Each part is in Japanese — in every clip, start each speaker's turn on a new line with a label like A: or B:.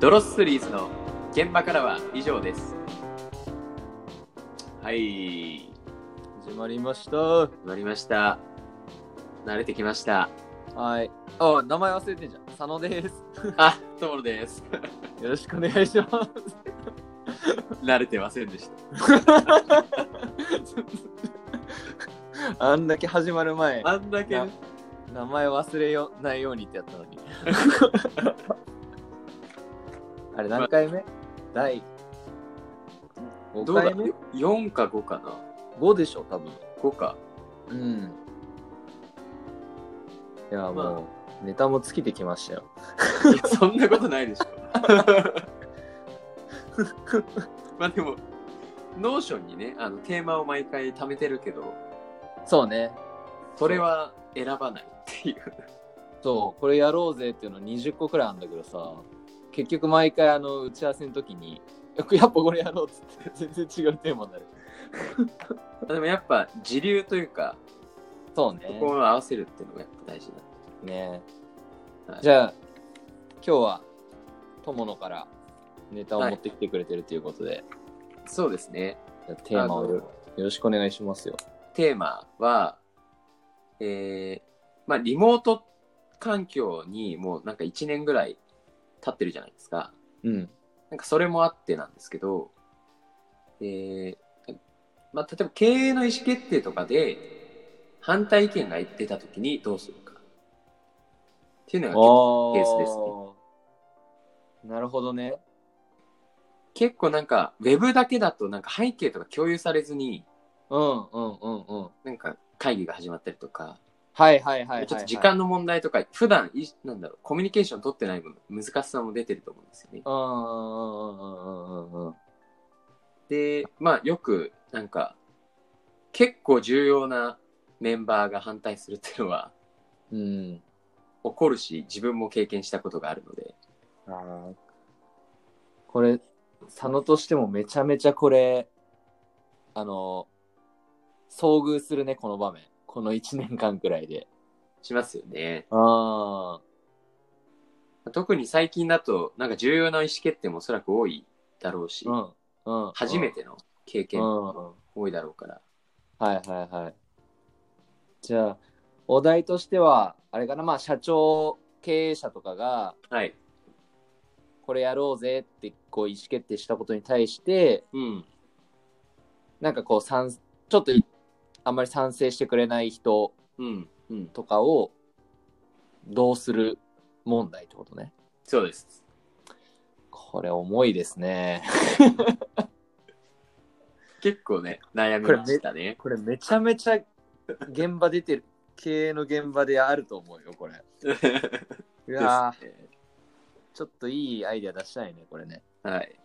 A: ドロスシリーズの現場からは以上です。はい、
B: 始まりました。は
A: 終わりました。慣れてきました。
B: い。あ、名前忘れてんじゃん。佐野です。
A: あ、トモロです。
B: よろしくお願いします。
A: 慣れてませんでした。
B: あんだけ始まる 前、
A: あんだけね、
B: 名前忘れよないようにってやったの に。あれ何回目第
A: ど
B: 5
A: うだ
B: 回目
A: 4か5かな
B: ?5 でしょ、多分。
A: ?5 か。
B: うん。いや、
A: まあ
B: もう、ネタも尽きてきましたよ。
A: いやそんなことないでしょ。 まあでも、ノーションにね、あのテーマを毎回貯めてるけど、
B: そうね。
A: それは選ばないっていう。
B: そう、これやろうぜっていうの20個くらいあるんだけどさ、結局毎回あの打ち合わせの時に、 やっぱこれやろうっつって全然違うテーマになる。
A: でもやっぱ、時流というか、
B: そ
A: そ
B: うね
A: こ。を合わせるっていうのがやっぱ大事だ。
B: ね
A: はい
B: じゃあ、今日は友野からネタを持ってきてくれてるということで、
A: そうですね。
B: じゃあテーマを
A: あ
B: よ
A: の
B: ろしくお願いしますよ。
A: テーマは、えーまあ、リモート環境にもうなんか1年ぐらい経ってるじゃないですか。
B: うん。
A: なんかそれもあってなんですけど、えーまあ、例えば経営の意思決定とかで反対意見が出た時にどうするかっていうのが結構ケースですね
B: ね。なるほどね。
A: 結構なんかウェブだけだとなんか背景とか共有されずに
B: うんうんうんうん。
A: なんか会議が始まったりとか、
B: はいはいはいはい、はい。
A: ちょっと時間の問題とか普段いなんだろうコミュニケーション取ってない分難しさも出てると思うんですよね。
B: うんうんうんうんうんうんうん。
A: でまあよくなんか結構重要なメンバーが反対するっていうのは
B: うん。
A: 起こるし自分も経験したことがあるので
B: あーこれ、佐野としてもめちゃめちゃこれ、あの、遭遇するね、この場面。この1年間くらいで。
A: しますよね
B: ああ。
A: 特に最近だとなんか重要な意思決定もおそらく多いだろうし、
B: うん。うん。
A: 初めての経験
B: うん。
A: も
B: は
A: 多いだろうから、
B: いはいはい。じゃあ、お題としては、あれかな、まあ、社長、経営者とかが、
A: はい
B: これやろうぜって、こう、意思決定したことに対して、
A: うん
B: なんかこう、賛ちょっとい、あんまり賛成してくれない人
A: うんうん
B: とかをどうする問題ってことね。
A: そうです
B: これ重いですね。
A: 結構ね悩みましたね
B: これめちゃめちゃ現場出てる、経営の現場であると思うよ、これ。いや
A: ですね
B: ーちょっといいアイデア出したいね、これね。
A: はい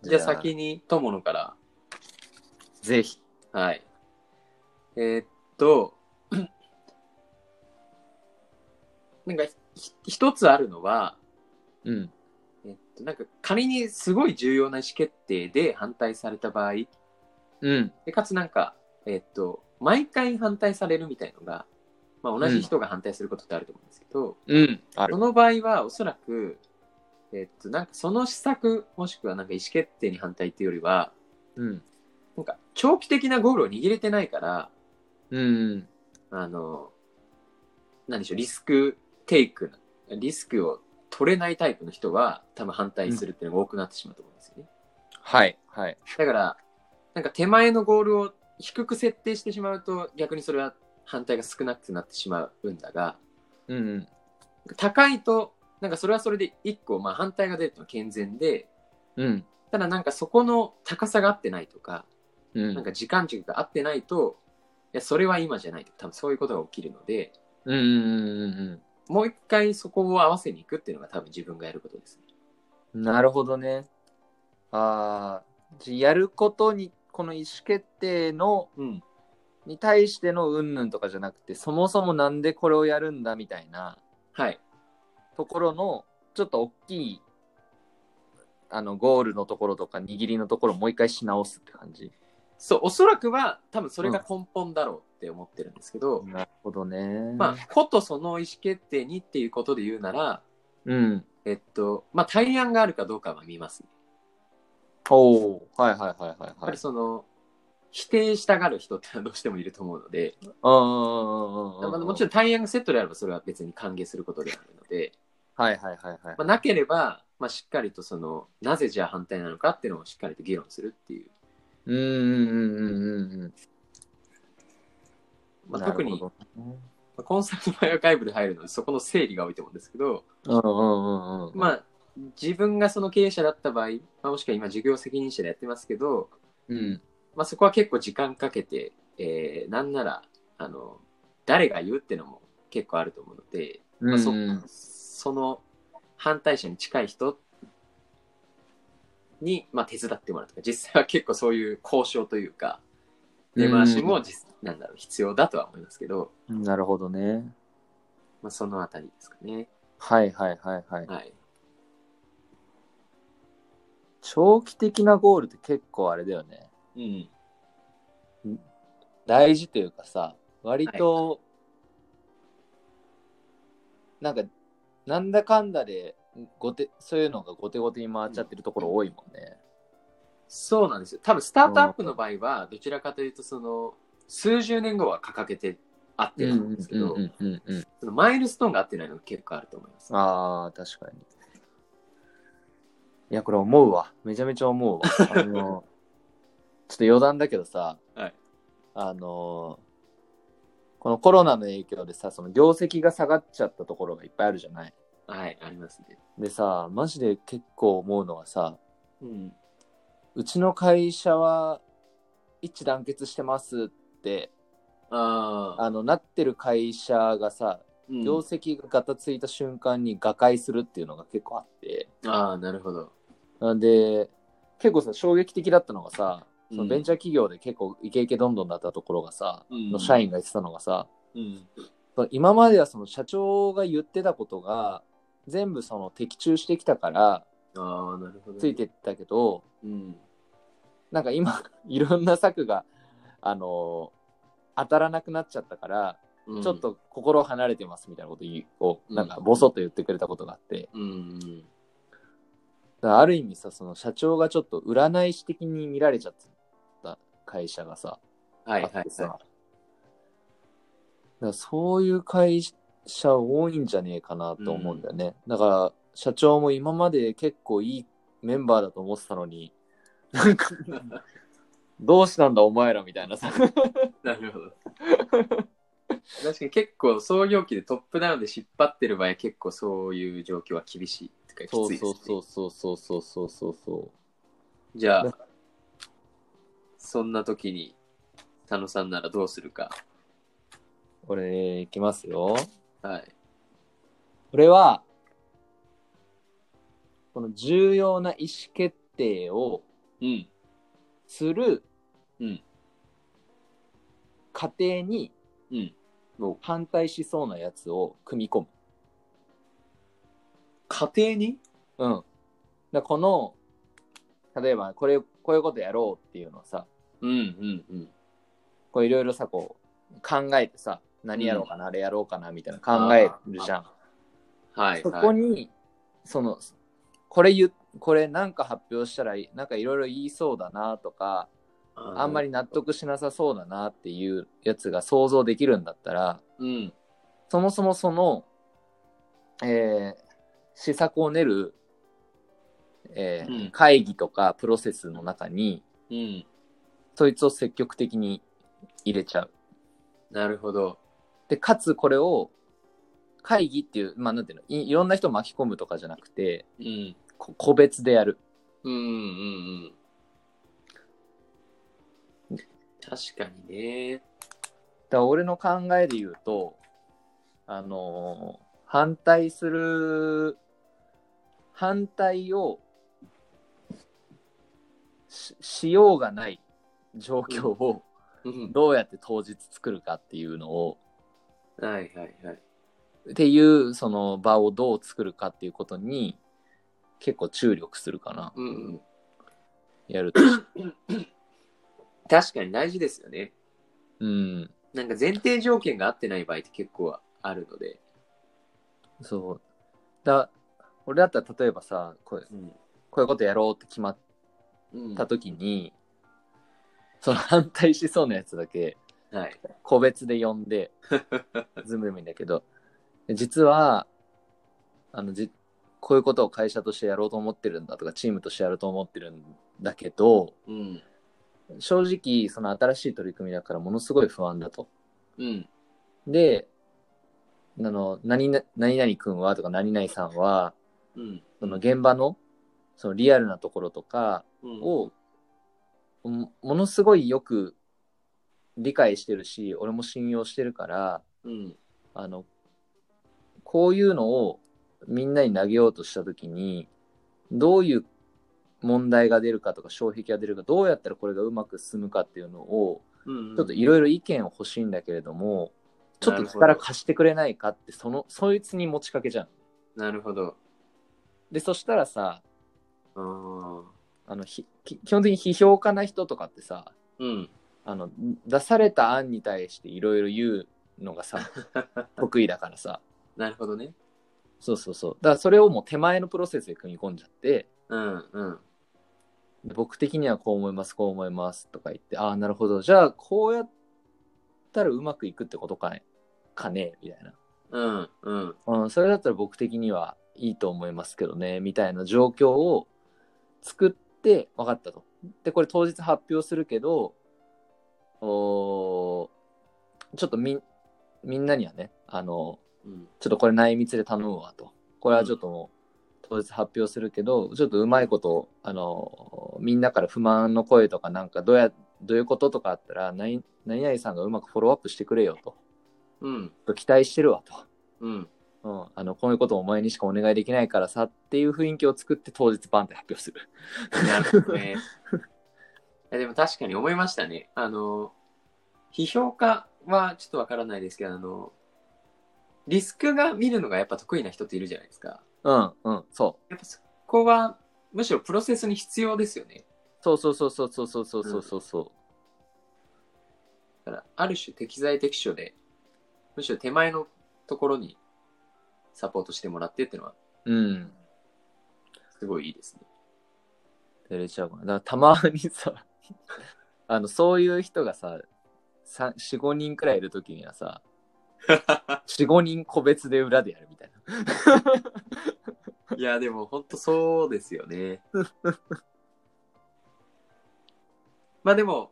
A: じゃあ先に友野から
B: ぜひ。
A: はい。えーっと、 なんかひひ一つあるのは、
B: うん。
A: えっと、なんか仮にすごい重要な意思決定で反対された場合、
B: うん。
A: でかつなんか、えっと、毎回反対されるみたいのが、まあ、同じ人が反対することってあると思うんですけど、
B: うん。あ
A: そ。の場合はおそらく、えっと、なんかその施策、もしくはなんか意思決定に反対っていうよりは、
B: うん。
A: なんか長期的なゴールを握れてないから、
B: うん。
A: あの、何でしょう、リスクテイクな、リスクを取れないタイプの人は、多分反対するっていうのが多くなってしまうと思うんですよね。
B: はい。はい。
A: だから、なんか手前のゴールを低く設定してしまうと、逆にそれは反対が少なくなってしまうんだが、
B: うん。
A: 高いと、なんかそれはそれで一個、まあ反対が出るっていうのは健全で、
B: うん。
A: ただなんかそこの高さが合ってないとか、
B: うん。
A: なんか時間軸が合ってないと、いや、それは今じゃないとか、多分そういうことが起きるので、
B: うん。うん。
A: もう一回そこを合わせに行くっていうのが多分自分がやることですね。
B: うん。なるほどね。ああ。じゃあやることに、この意思決定の
A: うん。
B: に対してのうんぬんとかじゃなくてそもそもなんでこれをやるんだみたいな
A: はい。
B: ところのちょっと大きいあのゴールのところとか握りのところをもう一回し直すって感じ
A: そう、おそらくは多分それが根本だろうって思ってるんですけど、
B: なるほどね
A: まあ、ことその意思決定にっていうことで言うなら、
B: うん
A: えっと、まあ、対案があるかどうかは見ますね。
B: おおはいはいはいはい
A: やっ
B: は
A: ぱ
B: い
A: り。その、否定したがる人ってのはどうしてもいると思うので、
B: うんうんうんうんう
A: まあ、
B: んうん。
A: もちろん対案がセットであればそれは別に歓迎することであるので、
B: はいはいはいはい。
A: まあ、なければ、まあ、しっかりとその、なぜじゃあ反対なのかっていうのをしっかりと議論するっていう。
B: うんうんうんうんうんうん。
A: まあ、
B: なる
A: 特
B: ほ
A: に、ま
B: どね。
A: あコンサート前は外部で入るので、そこの整理が多いと思うんですけど、
B: うんうんうんうん。
A: まあ、自分がその経営者だった場合、まあ、もしくは今事業責任者でやってますけど、
B: うん。
A: まあ、そこは結構時間かけて、えーなんならあの誰が言うってのも結構あると思うので、まあそ
B: うんうん
A: その反対者に近い人に、まあ、手伝ってもらうとか実際は結構そういう交渉というか根回しも実なんだろう必要だとは思いますけど、
B: なるほどね。
A: まあ、そのあたりですかね。
B: はいはいはいはい。
A: はい、
B: 長期的なゴールって結構あれだよね。
A: うん
B: 大事というかさ、割と、なんか、なんだかんだで、ごて、そういうのが後手後手に回っちゃってるところ多いもんね。
A: そうなんですよ。多分スタートアップの場合は、どちらかというと、その、数十年後は掲げてあってるんですけど、
B: うんうんうん
A: そのマイルストーンが合ってないのが結構あると思います。
B: ああ、確かに。いや、これ思うわ。めちゃめちゃ思うわ。あの、 ちょっと余談だけどさ、
A: はい
B: あの、このコロナの影響でさ、その業績が下がっちゃったところがいっぱいあるじゃない。
A: はい、ありますね。
B: でさ、マジで結構思うのはさ、
A: うん。
B: うちの会社は一致団結してますって、
A: ああ、
B: あの、なってる会社がさ、
A: うん
B: 業績がガタついた瞬間に瓦解するっていうのが結構あって、
A: ああ、なるほど。
B: なんで、結構さ、衝撃的だったのがさ、その
A: うん
B: ベンチャー企業で結構イケイケどんどんだったところがさ、
A: うん
B: の社員が言ってたのがさ、
A: うん。
B: その今まではその社長が言ってたことが、全部その的中してきたから、
A: ああ、なるほど。
B: ついてったけど、
A: うん。
B: なんか今、 いろんな策が、あの当たらなくなっちゃったから、
A: うん
B: ちょっ。と心離れてますみたいなこと言うを、
A: うん
B: なんかボソッと言ってくれたことがあって、
A: うん。
B: だからある意味さ、その社長がちょっと占い師的に見られちゃった会社がさ、
A: はい、
B: あ
A: は
B: っ
A: い、は
B: てさ、
A: い。
B: だからそういう会社多いんじゃねえかなと思うんだよね。だから社長も今まで結構いいメンバーだと思ってたのに、なんか、どうしたんだお前らみたいなさ。
A: なるほど。確かに結構創業期でトップダウンで引っ張ってる場合結構そういう状況は厳しいっていうか
B: そ
A: きつ
B: う
A: いです、
B: そ
A: ね、
B: うそうそうそうそうそうそうそう。
A: じゃ
B: ね
A: あ、そんな時に、佐野さんならどうするか。
B: 俺、いきますよ。
A: はい。
B: 俺は、この重要な意思決定を
A: うん。
B: する
A: うん
B: 過程に
A: うん。もう、
B: 反対しそうなやつを組み込む。
A: 家庭に
B: うん。だこの、例えばこれ、こういうことやろうっていうのをさ、
A: うんうんうん。
B: こういろいろさ、こう考えてさ、何やろうかな、あれやろうかなみたいな考えるじゃん。
A: はい、
B: そ
A: はい。
B: こに、その、これ言う、これなんか発表したらいい、なんかいろいろ言いそうだなとか、あんま
A: り。
B: り納得しなさそうだなっていうやつが想像できるんだったら、
A: うん。
B: そもそもその、えー施策を練る、えー
A: うん
B: 会議とかプロセスの中に、
A: うん。
B: そいつを積極的に入れちゃう。
A: なるほど。
B: で、かつこれを、会議っていう、まあ、なんていうのい、いろんな人巻き込むとかじゃなくて、
A: うん。
B: こ個別でやる。
A: うんうんうん。確かにね。
B: だから俺の考えで言うと、あのー反対する、反対をししようがない状況を
A: うん。
B: どうやって当日作るかっていうのを、
A: はいはいはい。
B: っていうその場をどう作るかっていうことに結構注力するかな。
A: うんうん。
B: や ると。
A: 確かに大事ですよね。
B: うん。
A: なんか前提条件が合ってない場合って結構あるので。
B: そう。だ俺だったら例えばさこう
A: うん。
B: こういうことやろうって決まっ
A: うん
B: た時に、その反対しそうなやつだけ
A: はい。
B: 個別で呼んでズームでもいいんだけど実はあのじこういうことを会社としてやろうと思ってるんだとかチームとしてやろうと思ってるんだけど
A: うん。
B: 正直その新しい取り組みだからものすごい不安だと。
A: うん。
B: であの何々何々君はとか何々さんは
A: うん。
B: その現場のそのリアルなところとか
A: うん
B: をもものすごいよく理解してるし俺も信用してるから
A: うん。
B: あのこういうのをみんなに投げようとした時にどういう問題が出るかとか障壁が出るかどうやったらこれがうまく進むかっていうのを
A: うん。
B: ちょっといろいろ意見を欲しいんだけれども、ちょっと力貸してくれないかってそのそいつに持ちかけじゃん。
A: なるほど。
B: でそしたらさ
A: あー
B: あのひき基本的に批評家な人とかってさ
A: うん。
B: あの出された案に対していろいろ言うのがさ得意だからさ
A: なるほどね。
B: そうそうそうだからそれをもう手前のプロセスで組み込んじゃって
A: うん。うん。
B: で僕的にはこう思いますこう思いますとか言ってああなるほどじゃあこうやったらうまくいくってことかねかねみたいな、
A: うん。うん。
B: うん、それだったら僕的にはいいと思いますけどねみたいな状況を作って分かったとでこれ当日発表するけどおーちょっとみんみんなにはねあの
A: うん。
B: ちょっとこれ内密で頼むわと。これはちょっともう当日発表するけど、ちょっとうまいこと、あの、みんなから不満の声とかなんかどうや、どういうこととかあったら、何何々さんがうまくフォローアップしてくれよと。
A: うん。
B: と期待してるわと。
A: うん。
B: うん、あのこういうことをお前にしかお願いできないからさっていう雰囲気を作って当日バンって発表する。
A: なるほどね。いやでも確かに思いましたね。あの、批評家はちょっとわからないですけど、あの、リスクが見るのがやっぱ得意な人っているじゃないですか。
B: うんうん、そ
A: やっぱそこは、むしろプロセスに必要ですよね。
B: う。そうそうそうそうそうそうそうそうそう。
A: だから、ある種適材適所で、むしろ手前のところにサポートしてもらってっていうのは、
B: うん。
A: すごいいいですね。
B: 照れちゃうかな。だからたまにさ、 あの、そういう人がさ、さ4、5人くらいいるときには さ、4、5人個別で裏でやるみたいな。
A: いや、でも本当そうですよね。 まあでも、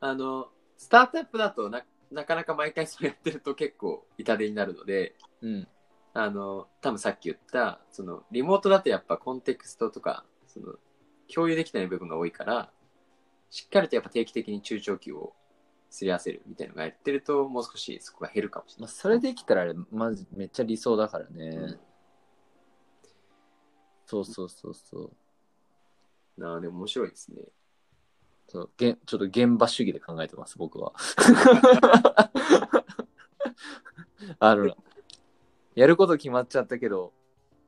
A: あの、スタートアップだとななかなか毎回そうやってると結構痛手になるので、
B: うん。
A: あの、多分さっき言った、その、リモートだとやっぱコンテクストとか、その、共有できてない部分が多いから、しっかりとやっぱ定期的に中長期をすり合わせるみたいなのがやってると、もう少しそこが減るかもしれ
B: ま
A: な
B: あ、
A: い。
B: それできたらあれ、まじめっちゃ理想だからね。
A: うん
B: そうそうそうそう。
A: なあでも面白いですね。
B: そうげんちょっと現場主義で考えてます、僕は。 あの、やること決まっちゃったけど、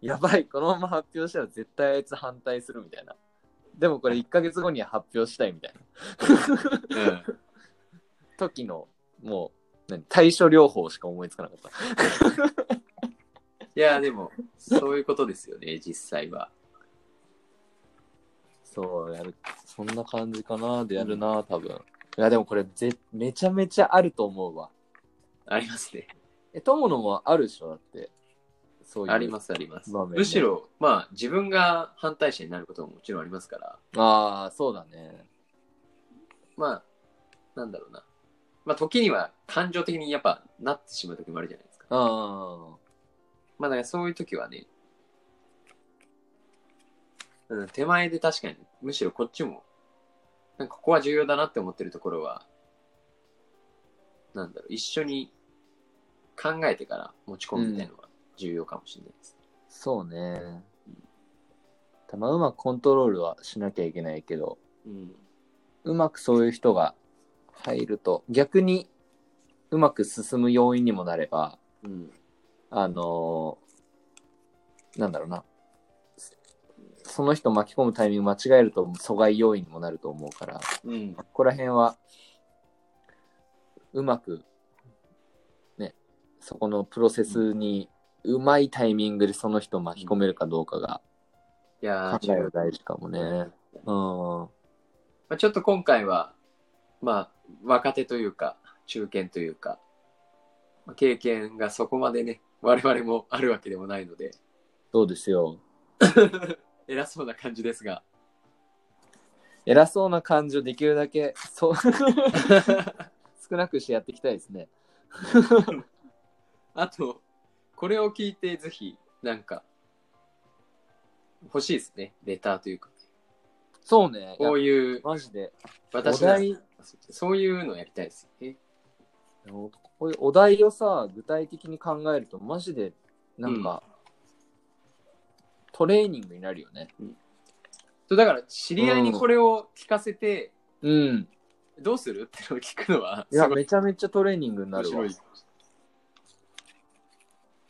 B: やばい、このまま発表したら絶対あいつ反対するみたいな。でもこれ1ヶ 月後には発表したいみたいな
A: うん。
B: 時の、もう、何対処療法しか思いつかなかった。
A: いや、でも、そういうことですよね、実際は。
B: そう、やる。そんな感じかな、でやるな、多分。いや、でもこれぜ、めちゃめちゃあると思うわ。
A: ありますね。
B: え、友野もあるでしょ、だって。そういう。
A: あります、あります。
B: 場面ね
A: むしろ、まあ、自分が反対者になることももちろんありますから、
B: ああ、そうだね。
A: まあ、なんだろうな。まあ、時には感情的にやっぱなってしまう時もあるじゃないですか。
B: うん。
A: まあ、だからそういう時はね、うん、手前で確かに、むしろこっちも、なんかここは重要だなって思ってるところは、なんだろう、一緒に考えてから持ち込むみたいなのが重要かもしれないです。
B: そうね。たまうまくコントロールはしなきゃいけないけど、
A: うん。
B: うまくそういう人が入ると、逆にうまく進む要因にもなれば、
A: うん。
B: あのーなんだろうな。その人巻き込むタイミング間違えると阻害要因にもなると思うから、
A: うん。
B: ここら辺は、うまく、ね、そこのプロセスにうまいタイミングでその人を巻き込めるかどうかが、
A: いや
B: 考
A: ー
B: えが大事かもね。うん。
A: まあ、ちょっと今回は、まあ、若手というか、中堅というか、まあ経験がそこまでね、我々もあるわけでもないので、
B: そうですよ。
A: 偉そうな感じですが、
B: 偉そうな感じをできるだけ、そう、 少なくしてやっていきたいですね。
A: あと、これを聞いて、ぜひ、なんか、欲しいですね、レターというか。
B: そうね。
A: こう
B: い
A: いう
B: や、マジで。
A: 私
B: お
A: な
B: 題
A: そういうのやりたいですよね。
B: こういうお題をさ、具体的に考えると、マジで、なんか、トレーニングになるよね。
A: そうだから、知り合いにこれを聞かせて、
B: うん。
A: どうするってのを聞くのは、
B: い
A: す
B: や、
A: ごい
B: めちゃめちゃトレーニングにな
A: 面
B: るわ。
A: 白
B: い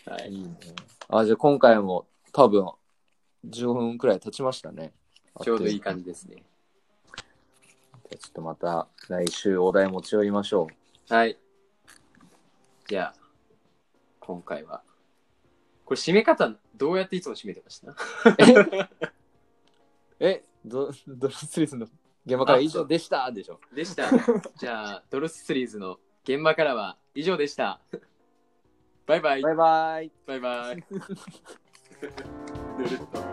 A: い。はい。
B: いね。あ、じゃあ今回も多分、15分くらい経ちましたね。
A: ちょうどいい感じですね。
B: じゃあちょっとまた来週お題持ち寄りましょ う。
A: はい。じゃあ、今回は。これ締め方、どうやっていつも締めてました
B: え、ドドロスリスの現場から以上でしたでしょ。
A: でした。じゃあ、ドロスシリーズの現場からは以上でした。バイバイ。
B: バイバイ。
A: バイバイ。ぬるっと